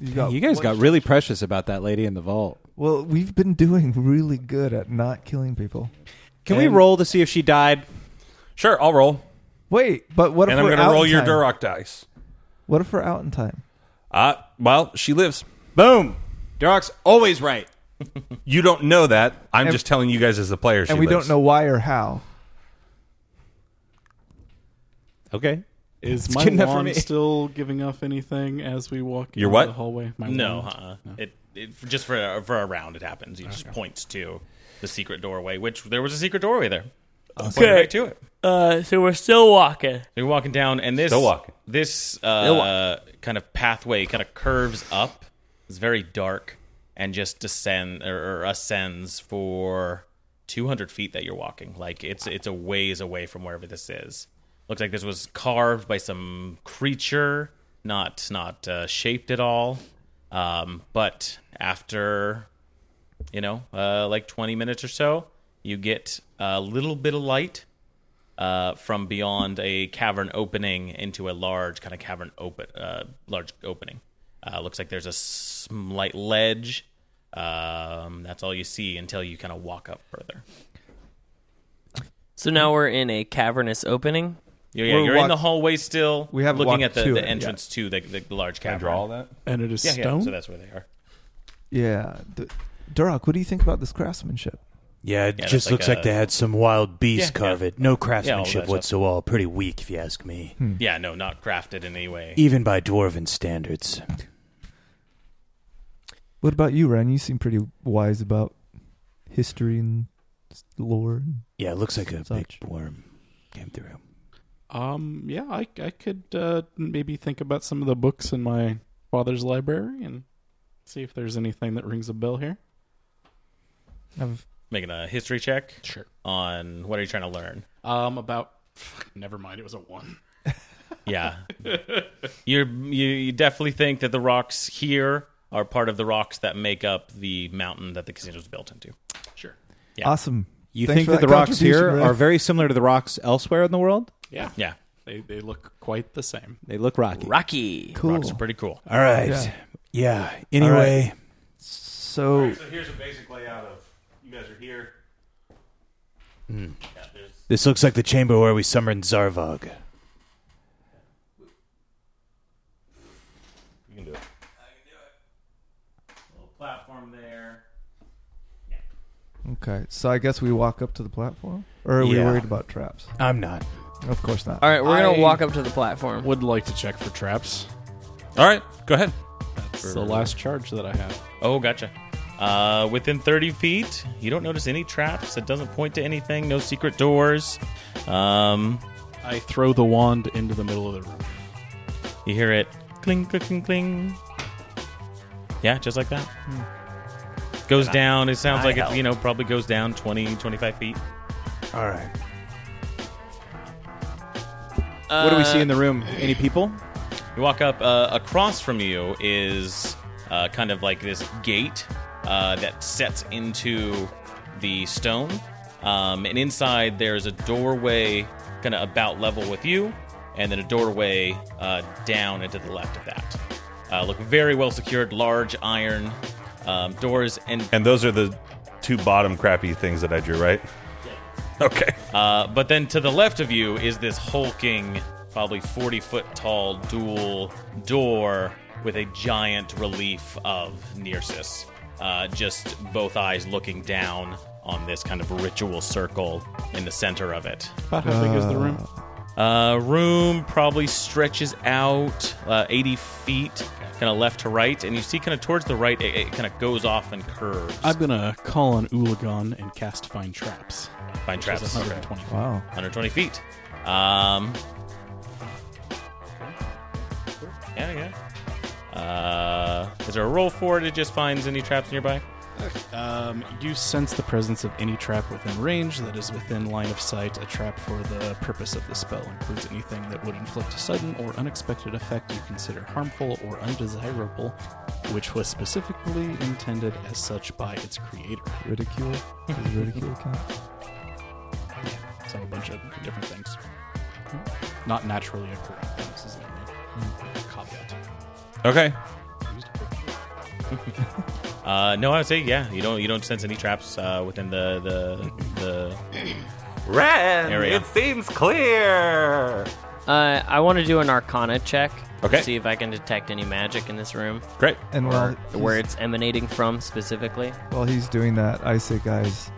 D: You, got,
G: You guys got really precious about that lady in the vault.
D: Well, we've been doing really good at not killing people.
G: Can we roll to see if she died?
C: Sure, I'll roll,
D: Wait, but what
C: and
D: if
C: I'm
D: we're
C: gonna
D: out
C: roll
D: in
C: your
D: time?
C: Duroc dice.
D: What if we're out in time?
C: Uh, well, she lives.
G: Boom. Durok's always right.
C: You don't know that. I'm just telling you guys as the players.
D: and we don't know why or how.
G: Okay.
E: Is
G: good
E: my
G: enough for
E: wand
G: me.
E: still giving off anything as we walk
C: Your
E: into
C: what?
E: the hallway? My
H: No,
E: wand?
H: uh, it, it just for a, for a round it happens. He just points to the secret doorway, which there was a secret doorway there. Pointed right to it.
F: Uh, so we're still walking.
H: You're walking down, and this
C: Still walking.
H: this
F: Still
H: uh,
F: walking.
H: kind of pathway kind of curves up. It's very dark and just descend or, or ascends for 200 feet that you're walking. Like it's it's a ways away from wherever this is. Looks like this was carved by some creature, not not uh, shaped at all. Um, but after you know uh, like 20 minutes or so, you get a little bit of light uh, from beyond a cavern opening into a large kind of cavern open, uh, large opening. Uh, looks like there's a slight ledge. Um, that's all you see until you kind of walk up further.
F: So now we're in a cavernous opening.
H: You're, yeah,
D: We're
H: you're in
D: walk-
H: the hallway still.
D: We haven't walked
H: looking at the,
D: to
H: the
D: it,
H: entrance to the, the large cavern.
C: that.
E: and it is
H: Yeah,
E: stone.
H: yeah. So that's where they are.
D: Yeah, D- Duroc, what do you think about this craftsmanship?
B: yeah, it
H: Yeah, that's
B: just
H: like
B: looks like
H: a-
B: they had some wild beast
H: Yeah, yeah.
B: carve it. No
H: Yeah, all
B: craftsmanship
H: that stuff.
B: whatsoever. Pretty weak, if you ask me.
H: Yeah, no, not crafted in any way.
B: Even by dwarven standards.
D: What about you, Ren? You seem pretty wise about history and s- lore.
B: Yeah, it looks like a big
D: Such.
B: worm came through.
E: Um, yeah, I I could uh, maybe think about some of the books in my father's library and see if there's anything that rings a bell here.
D: I've,
H: Making a history check
E: Sure.
H: on what are you trying to learn?
E: Um, about fuck, never mind. It was a one.
H: Yeah. You're, you you definitely think that the rocks here are part of the rocks that make up the mountain that the casino's built into.
E: Sure.
H: Yeah.
D: Awesome.
G: You
D: Thanks
G: think
D: for
G: that,
D: that
G: the rocks here
D: contribution, Ray.
G: are very similar to the rocks elsewhere in the world?
E: Yeah.
H: Yeah.
E: They they look quite the same.
G: They look rocky.
F: Rocky.
D: Cool.
H: Rocks are pretty cool.
B: All right. Yeah.
D: All
B: Anyway,
D: So
C: So here's a basic layout of You guys are here.
B: This looks like the chamber where we summoned Zarvog.
C: You can do it.
H: Little platform there.
D: Okay, so I guess we walk up to the platform, or are we
B: Yeah.
D: worried about traps?
B: I'm not.
D: Of course not.
I: All right, we're gonna
E: I-
I: walk up to the platform.
E: Would like to check for traps.
C: All right, go ahead.
E: It's the last charge that I have.
H: Oh, gotcha. Uh, within 30 feet, you don't notice any traps. It doesn't point to anything. No secret doors. Um,
E: I throw the wand into the middle of the room.
H: you hear it cling, cling, cling, cling. Yeah, just like that. Goes down. It sounds like it, you know, probably goes down 20, 25 feet.
B: All right.
G: what do we see in the room? Any people?
H: You walk up. Uh, across from you is uh, kind of like this gate uh, that sets into the stone, um, and inside there's a doorway, kind of about level with you, and then a doorway uh, down and to the left of that. Uh, look very well secured, large iron um, doors, and
C: And those are the two bottom crappy things that I drew, right? Okay.
H: Uh, but then to the left of you is this hulking, probably 40 foot tall dual door with a giant relief of Nearsis. Uh, just both eyes looking down on this kind of ritual circle in the center of it.
E: About how big is the room?
H: Uh, room probably stretches out uh, 80 feet, kind of left to right, and you see kind of towards the right, it, it kind of goes off and curves.
E: I'm gonna call on Ulagon and cast Find Traps.
H: Find
E: Which is
H: traps.
E: 120 feet.
D: Wow.
H: 120 feet. Um, yeah, yeah. Uh, is there a roll for it? It just finds any traps nearby.
E: Um, you sense the presence of any trap within range that is within line of sight. A trap for the purpose of the spell includes anything that would inflict a sudden or unexpected effect you consider harmful or undesirable, which was specifically intended as such by its creator.
D: Ridicule. Does ridicule count?
E: So a bunch of different things, not naturally occurring. This is the only caveat.
C: Okay.
H: Uh, no, I would say yeah. You don't you don't sense any traps uh, within the the the
C: Ren,
H: Area. it
C: seems clear.
I: Uh, I want to do an Arcana check.
C: Okay.
I: To see if I can detect any magic in this room,
C: Great.
D: And
I: or
D: while
I: where
D: he's,
I: it's emanating from specifically.
D: while he's doing that, I say, guys,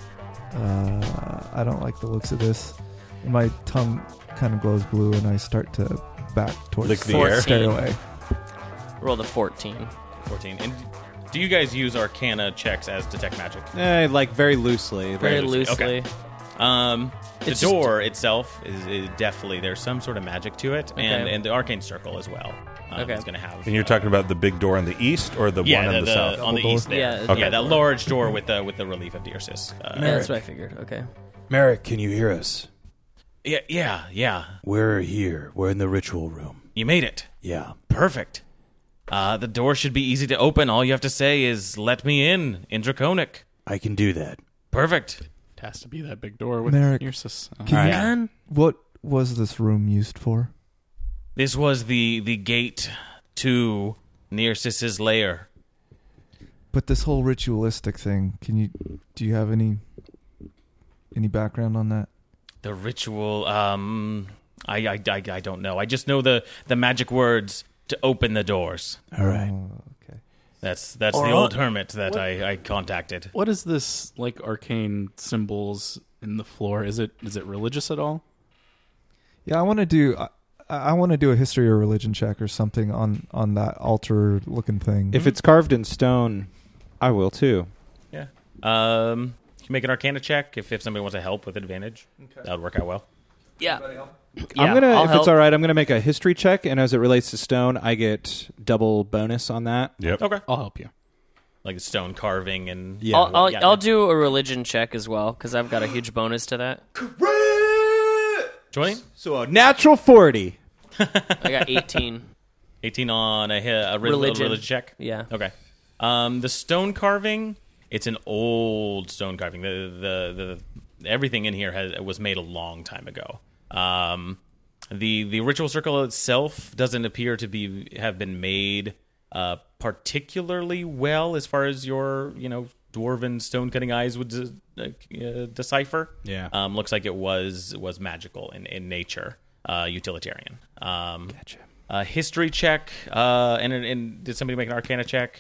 D: uh, I don't like the looks of this. And my tongue kind of glows blue, and I start to back towards
C: Lick the air.
D: stairway.
I: Roll the fourteen.
H: 14. And do you guys use Arcana checks as detect magic?
G: Eh, like very loosely.
I: Very
G: Very
I: loosely.
H: loosely. Um, the
I: It's just-
H: door itself is, is definitely there's some sort of magic to it, and
I: Okay.
H: and the arcane circle as well. Um,
I: Okay.
H: It's gonna have.
C: And you're talking about the big door in the east or the
H: yeah,
C: one in
H: the,
C: the, south?
H: on the
D: Double
H: east there.
I: Yeah,
H: Yeah,
I: Okay.
H: that large door with the with the relief of Dearsis. Uh,
I: Yeah, that's what I figured. Okay.
B: Merrick, can you hear us?
H: yeah, yeah, yeah.
B: We're here. We're in the ritual room.
H: You made it.
B: Yeah.
H: Perfect. Uh, the door should be easy to open. All you have to say is "Let me in" in Draconic.
B: I can do that.
H: Perfect.
E: It has to be that big door with
D: Merrick.
E: Nearsis. Uh,
D: Can you-
H: Yeah.
D: What was this room used for?
H: This was the the gate to Nearsis's lair.
D: But this whole ritualistic thing. Can you? Do you have any any background on that?
H: The ritual. Um, I I, I I don't know. I just know the the magic words to open the doors.
B: All right.
D: Oh, okay.
H: That's that's
E: Or
H: the
E: on-
H: old hermit that I, I contacted.
E: What is this like arcane symbols in the floor? Is it is it religious at all?
D: Yeah, I want to do. I, I want to do a history or religion check or something on on that altar looking thing.
G: If it's carved in stone, I will too.
H: Yeah. Um, you can make an Arcana check if if somebody wants to help with advantage. That would work out well.
I: Yeah.
G: I'm gonna,
I: I'll
G: if
I: help.
G: it's all right, I'm gonna make a history check, and as it relates to stone, I get double bonus on that.
C: yep.
H: Okay.
E: I'll help you.
H: Like the stone carving and
G: Yeah.
I: I'll, I'll,
H: yeah.
I: I'll do a religion check as well because I've got a huge bonus to that.
H: twenty.
G: So a natural forty.
I: I got 18.
H: 18 on a, hi- a relig-
I: Religion.
H: religion. check.
I: Yeah.
H: Okay. Um, the stone carving. It's an old stone carving. The, the the everything in here has was made a long time ago. Um, the the ritual circle itself doesn't appear to be have been made uh, particularly well as far as your you know dwarven stone cutting eyes would de- uh, decipher.
G: Yeah.
H: um, looks like it was was magical in in nature, uh, utilitarian. Um, gotcha. Uh, history check, uh, and, and did somebody make an Arcana check?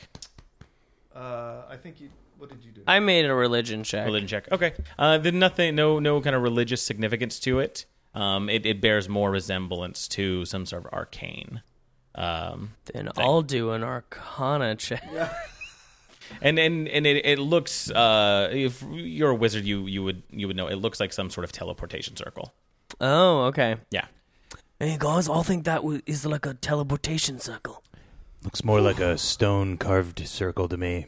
D: Uh, I think you. What did you do?
I: I made a religion check.
H: Religion check. Okay. Uh, then nothing. No. No kind of religious significance to it. Um, it, it bears more resemblance to some sort of arcane. Um,
I: Then I'll do an arcana check.
H: and and and it, it looks. Uh, if you're a wizard, you you would you would know. It looks like some sort of teleportation circle.
I: Oh, okay.
H: Yeah.
F: Hey guys, I think that w- is like a teleportation circle.
B: Looks more like a stone carved circle to me.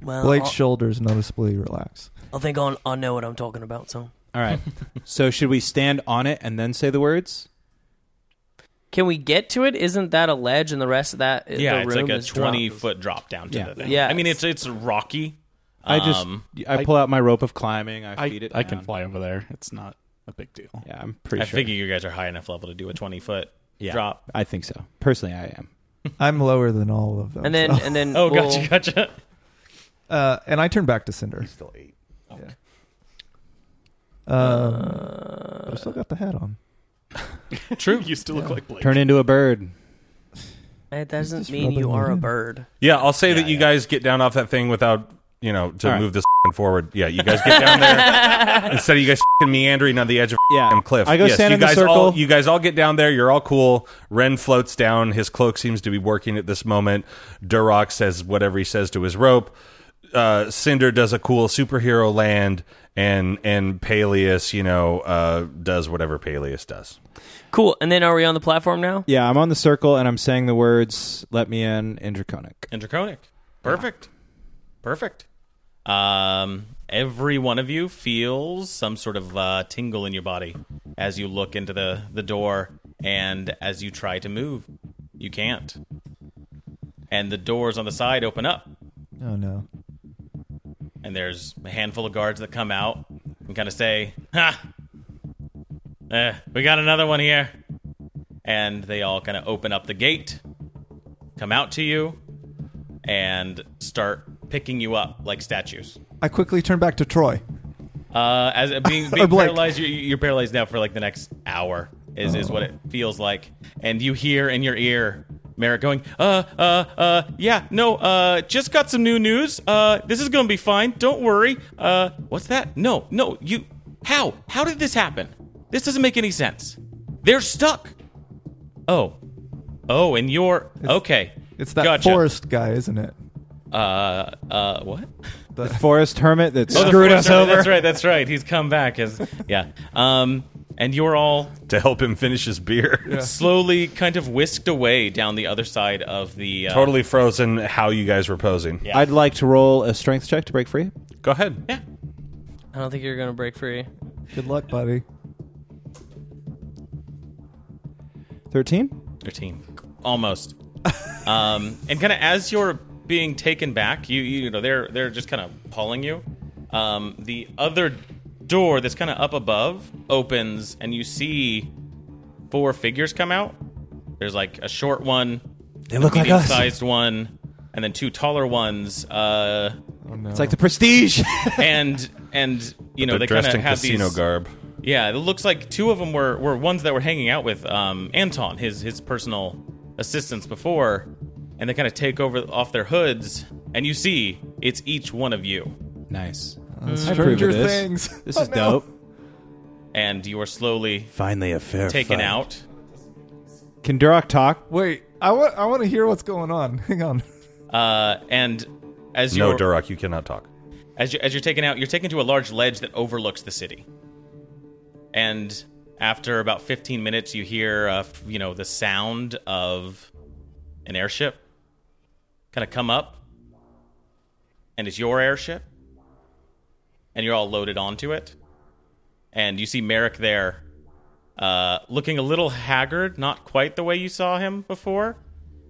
F: Well,
D: Blake's
F: I,
D: shoulders noticeably relax.
F: I think I, I know what I'm talking about. So
G: All right. so should we stand on it and then say the words?
I: Can we get to it? Isn't that a ledge and the rest of that?
H: yeah.
I: the
H: It's
I: room
H: like a
I: is
H: twenty
I: dropped?
H: foot drop down to
G: Yeah.
H: the thing.
I: Yeah.
H: I mean, it's it's rocky.
G: I just
H: Um,
G: I pull out my rope of climbing. I,
E: I,
G: feed it.
E: I can
G: down.
E: fly over there. It's not a big deal.
G: Yeah, I'm pretty
H: I
G: sure.
H: figure you guys are high enough level to do a twenty foot
G: yeah,
H: drop.
G: I think so. Personally, I am.
D: I'm lower than all of them.
I: And then,
D: so-
I: and then.
H: Oh,
I: we'll-
H: gotcha, gotcha.
D: uh, and I turn back to Cinder.
A: Still eight.
D: Um, but I still got the hat on.
E: True. you still look like Blake.
G: Turn into a bird.
I: That
D: Just
I: doesn't mean
D: rubbing
I: you
D: it
I: are a
D: in.
I: bird.
C: Yeah, I'll say
H: Yeah,
C: that you
H: yeah.
C: guys get down off that thing without, you know, to
G: All right.
C: move this forward. Yeah, you guys get down there instead of you guys meandering on the edge of
G: Yeah,
C: cliff.
G: I go
C: yes,
G: stand
C: you
G: in the
C: guys
G: circle.
C: All, you guys all get down there. You're all cool. Ren floats down. His cloak seems to be working at this moment. Durok says whatever he says to his rope. Uh, Cinder does a cool superhero land, and and Peleus, you know, uh, does whatever Peleus does.
I: Cool. And then, are we on the platform now?
G: yeah, I'm on the circle and I'm saying the words. Let me in, in draconic.
H: and draconic. Perfect. Perfect. Um, every one of you feels some sort of uh, tingle in your body as you look into the, the door and as you try to move. You can't. And the doors on the side open up,
D: Oh no!
H: and there's a handful of guards that come out and kind of say, Ha! Eh, we got another one here. And they all kind of open up the gate, come out to you, and start picking you up like statues.
D: I quickly turn back to Troy.
H: Uh, as being, being
D: Blake.
H: paralyzed, you're, you're paralyzed now for like the next hour is, is what it feels like, and you hear in your ear Merrick going, uh, uh, uh, yeah, no, uh, just got some new news. Uh, this is gonna be fine. Don't worry. Uh, what's that? No, no, you. How? How did this happen? This doesn't make any sense. They're stuck. Oh, oh, and you're okay.
D: It's that
H: gotcha.
D: forest guy, isn't it?
H: Uh, uh, what?
G: The forest hermit that
H: Oh, the
G: screwed
H: forest
G: us
H: hermit,
G: over.
H: That's right. That's right. He's come back as yeah. Um, and you're all
C: To help him finish his beer,
H: slowly kind of whisked away down the other side of the. Uh,
C: totally frozen. How you guys were posing?
H: Yeah.
G: I'd like to roll a strength check to break free.
C: Go ahead.
H: Yeah.
I: I don't think you're gonna break free.
D: Good luck, buddy.
G: Thirteen.
H: Thirteen. Almost. um, and kind of as you're being taken back, you you know they're they're just kind of pulling you. Um, the other door that's kind of up above opens, and you see four figures come out. There's like a short one,
B: They look like us.
H: medium-sized one, and then two taller ones. Uh,
G: It's like the prestige.
H: and and you know
C: They're
H: they kind
C: dressed
H: of
C: in
H: have
C: casino
H: these.
C: garb.
H: Yeah, it looks like two of them were, were ones that were hanging out with um, Anton, his his personal assistants before, and they kind of take over off their hoods, and you see it's each one of you,
G: nice.
D: Stranger Things.
G: This
D: Oh,
G: is
D: no.
G: dope.
H: and you are slowly
B: Finally, a fair
H: taken
B: fight.
H: out.
G: Can Durok talk?
D: Wait, I want I want to hear what's going on. Hang on.
H: Uh, and as
C: No,
H: you're
C: Durok, you cannot talk.
H: as you as you're taken out, you're taken to a large ledge that overlooks the city. And after about 15 minutes, you hear uh, f- you know the sound of an airship kind of come up, and it's your airship, and you're all loaded onto it, and you see Merrick there, uh, looking a little haggard, not quite the way you saw him before.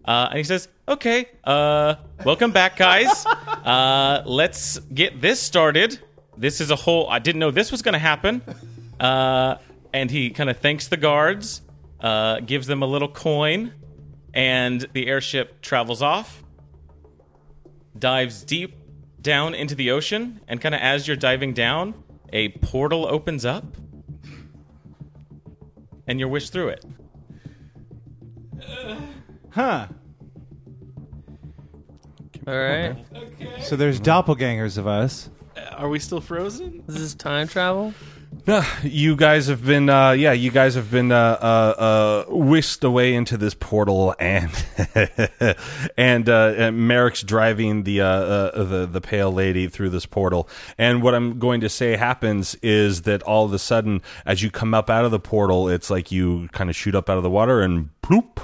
H: Uh, and he says, "Okay, uh, welcome back, guys. Uh, let's get this started. This is a whole. I didn't know this was going to happen." Uh, and he kind of thanks the guards, uh, gives them a little coin, and the airship travels off, dives deep down into the ocean, and kind of as you're diving down, a portal opens up, and you're wished through it.
G: Huh.
I: All right.
G: So there's doppelgangers of us.
E: Are we still frozen?
I: Is this time travel?
C: No, you guys have been, uh, yeah, you guys have been uh, uh, uh, whisked away into this portal, and and, uh, and Merrick's driving the, uh, uh, the the pale lady through this portal. And what I'm going to say happens is that all of a sudden, as you come up out of the portal, it's like you kind of shoot up out of the water and bloop.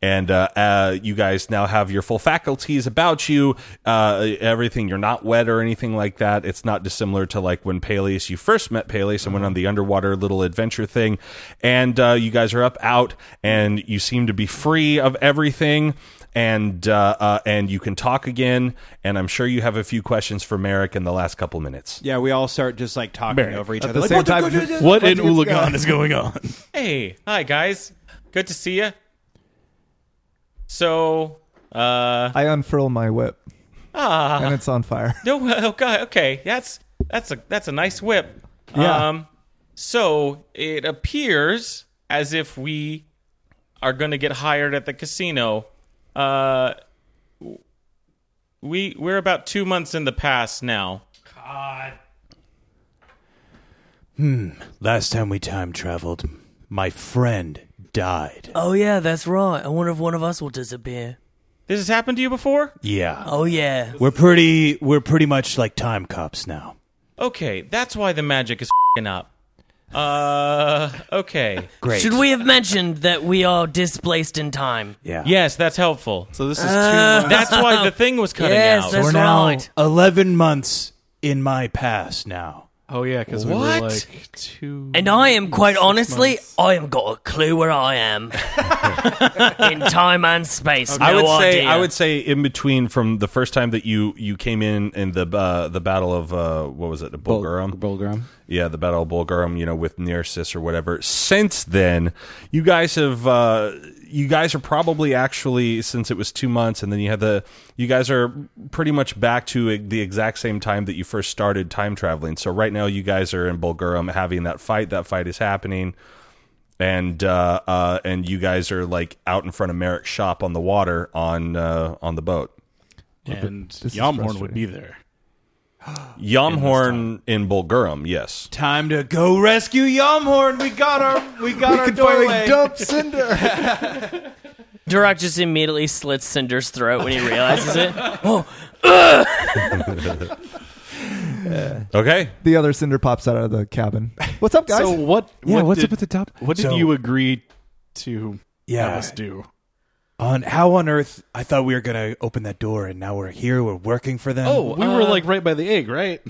C: And uh, uh, you guys now have your full faculties about you. Uh, everything you're not wet or anything like that. It's not dissimilar to like when Peleus you first met Peleus and went on the underwater little adventure thing. And uh, you guys are up out, and you seem to be free of everything. And uh, uh, and you can talk again. And I'm sure you have a few questions for Merrick in the last couple minutes.
G: Yeah, we all start just like talking over each
D: At
G: other.
D: the
G: like,
D: same
G: what
D: time,
G: good-
D: just-
B: What in
D: Once it's
B: Ulagan
D: gone.
B: is going on?
H: Hey, hi guys. Good to see you. So, uh,
D: I unfurl my whip. Ah. And it's on fire.
H: no, okay, okay, that's that's a that's a nice whip.
G: Yeah.
H: Um, so it appears as if we are going to get hired at the casino. Uh, w- we we're about two months in the past now.
B: Last time we time traveled, my friend died.
F: Oh yeah, that's right. I wonder if one of us will disappear.
H: This has happened to you before?
B: Yeah.
F: Oh yeah.
B: We're pretty we're pretty much like time cops now.
H: Okay, that's why the magic is fing up. Uh, okay.
B: Great.
F: Should we have mentioned that we are displaced in time?
B: Yeah.
H: Yes, that's helpful.
E: So this is two.
H: That's why the thing was cutting
F: Yes,
H: out.
F: that's
B: We're now
F: right.
B: 11 months in my past now.
E: Oh yeah, because we were
H: What?
E: like two.
F: And I am quite
E: six
F: honestly,
E: months.
F: I haven't got a clue where I am in time and space.
C: I
F: no
C: would say
F: idea.
C: I would say in between from the first time that you you came in in the uh, the battle of uh, what was it
G: Bul-
C: Bulgarum
G: Bulgarum.
C: yeah the battle of Bulgarum you know with Nearsis or whatever since then you guys have uh, you guys are probably actually since it was two months and then you had the you guys are pretty much back to e, the exact same time that you first started time traveling so right now you guys are in Bulgarum having that fight that fight is happening and uh, uh, and you guys are like out in front of Merrick's shop on the water on uh, on the boat.
E: and
D: This is
E: Yomhorn would be there.
C: Yomhorn in Bulgarum, yes.
B: Time to go rescue Yomhorn. We got our we got
D: We
B: our
D: can
B: doorway.
D: finally dump Cinder.
I: Durak just immediately slits Cinder's throat when he realizes it.
F: Oh,
C: Okay,
D: the other Cinder pops out of the cabin. What's up, guys?
E: So what?
G: Yeah,
E: what
G: what's
E: did,
G: up with the top?
E: What did
B: So-
E: you agree to have
B: Yeah.
E: us do?
B: On how on earth I thought we were going to open that door and now we're here, we're working for them.
H: Oh,
E: We were like right by the egg, right?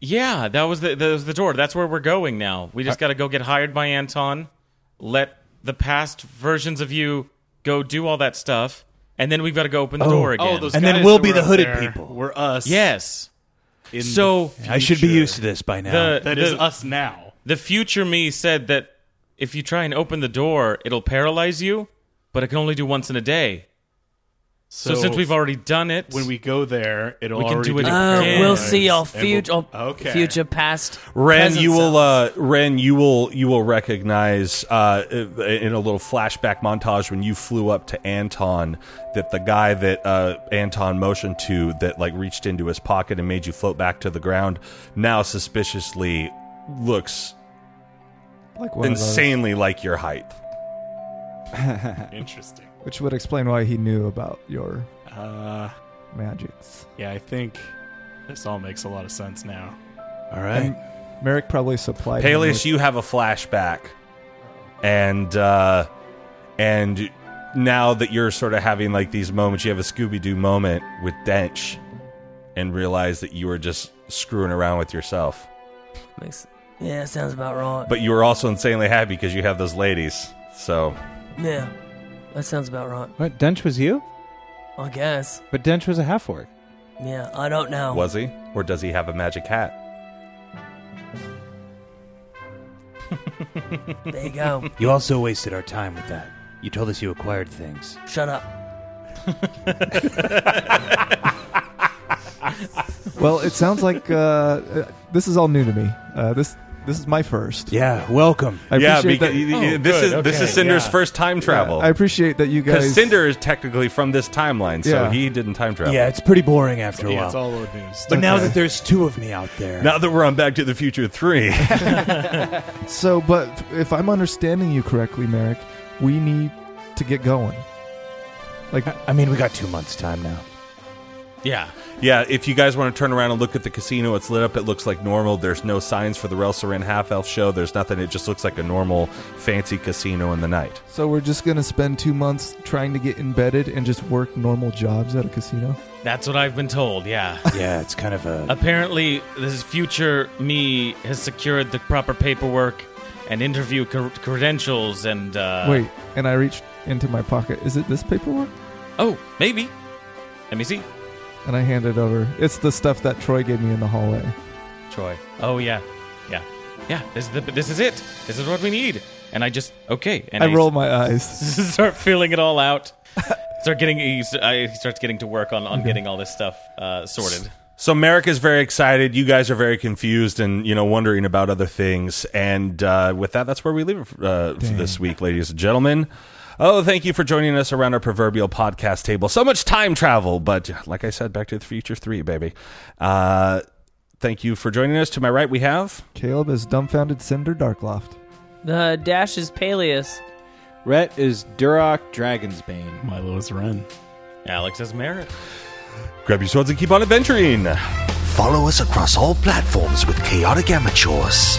H: Yeah, that was the that was the door. That's where we're going now. We just
E: Uh,
H: got to go get hired by Anton. Let the past versions of you go do all that stuff, and then we've got to go
E: Oh.
H: open the door again.
B: And then
E: guys
B: we'll
E: that
B: be
E: were
B: the
E: up
B: hooded
E: there
B: people.
E: We're us.
H: yes.
E: in
H: So
E: the
B: I should be
E: future.
B: used to this by now.
H: the
E: That
H: the,
E: is us now.
H: the future me said that if you try and open the door, it'll paralyze you, but it can only do once in a day. So, since we've already done it,
E: when we go there, it'll
H: We can
E: already
H: do it
E: be
H: again.
F: Uh,
E: prepared.
F: we'll see our
E: And we'll-
F: future, uh,
E: okay.
F: future past.
C: Ren,
F: present
C: you will,
F: selves.
C: uh, Ren, you will, you will recognize uh, in a little flashback montage when you flew up to Anton that the guy that uh, Anton motioned to that like reached into his pocket and made you float back to the ground now suspiciously looks
D: like one of those,
C: insanely like your height.
E: Interesting.
D: which would explain why he knew about your
E: Uh,
D: magics.
E: yeah, I think this all makes a lot of sense now.
B: All right.
D: Merrick probably supplied. him
C: Peleus,
D: with-
C: you have a flashback, and uh, and now that you're sort of having like these moments, you have a Scooby Doo moment with Dench, and realize that you were just screwing around with yourself.
F: Makes- yeah, sounds about right.
C: But you were also insanely happy because you have those ladies. So
F: yeah, that sounds about right.
G: What? Dench was you?
F: I guess.
G: But Dench was a half orc.
F: Yeah, I don't know.
C: was he, or does he have a magic hat?
F: There you go.
B: You also wasted our time with that. You told us you acquired things.
F: Shut up.
D: Well, it sounds like uh, uh, this is all new to me. Uh, this this is my first.
B: Yeah, welcome.
D: I
C: yeah,
D: appreciate that.
C: because this is
H: good,
C: this is
H: okay,
C: Cinder's
H: yeah.
C: first time travel.
D: I appreciate that you
C: Because
D: guys.
C: Cinder is technically from this timeline, so
D: Yeah.
C: he didn't time travel.
B: Yeah, it's pretty boring after a
E: Yeah,
B: while.
E: it's all old news.
B: but now that there's two of me out there,
C: Now that we're on Back to the Future 3,
D: So, but if I'm understanding you correctly, Merrick, we need to get going. Like,
B: I mean, we got two months' time now.
H: Yeah.
C: yeah, if you guys want to turn around and look at the casino, it's lit up, it looks like normal. There's no signs for the Relsarin half elf show, there's nothing. It just looks like a normal, fancy casino in the night.
D: so we're just gonna spend two months trying to get embedded and just work normal jobs at a casino.
H: That's what I've been told, yeah.
B: Yeah, it's kind of a.
H: Apparently, this future me has secured the proper paperwork and interview cr- credentials and. Uh,
D: Wait, and I reached into my pocket. Is it this paperwork?
H: Oh, maybe. Let me see.
D: And I hand it over. It's the stuff that Troy gave me in the hallway.
H: Troy. Oh, yeah. Yeah. Yeah. This is, the, this is it. This is what we need. And I just. Okay. And
D: I roll my eyes.
H: start filling it all out. Start getting. he s- I he starts getting to work on, on getting all this stuff uh, sorted.
C: So Merrick is very excited. You guys are very confused and you know wondering about other things. And uh, with that, that's where we leave it for, uh, for this week, ladies and gentlemen. Oh, thank you for joining us around our proverbial podcast table. So much time travel, but like I said, Back to the Future Three, baby. Uh, thank you for joining us. To my right, we have
D: Caleb is dumbfounded Cinder Darkloft.
I: The dash is Peleus.
G: Rhett is Duroc Dragonsbane.
E: Milo is run.
H: Alex has merit.
C: grab your swords and keep on adventuring.
A: Follow us across all platforms with Chaotic Amateurs.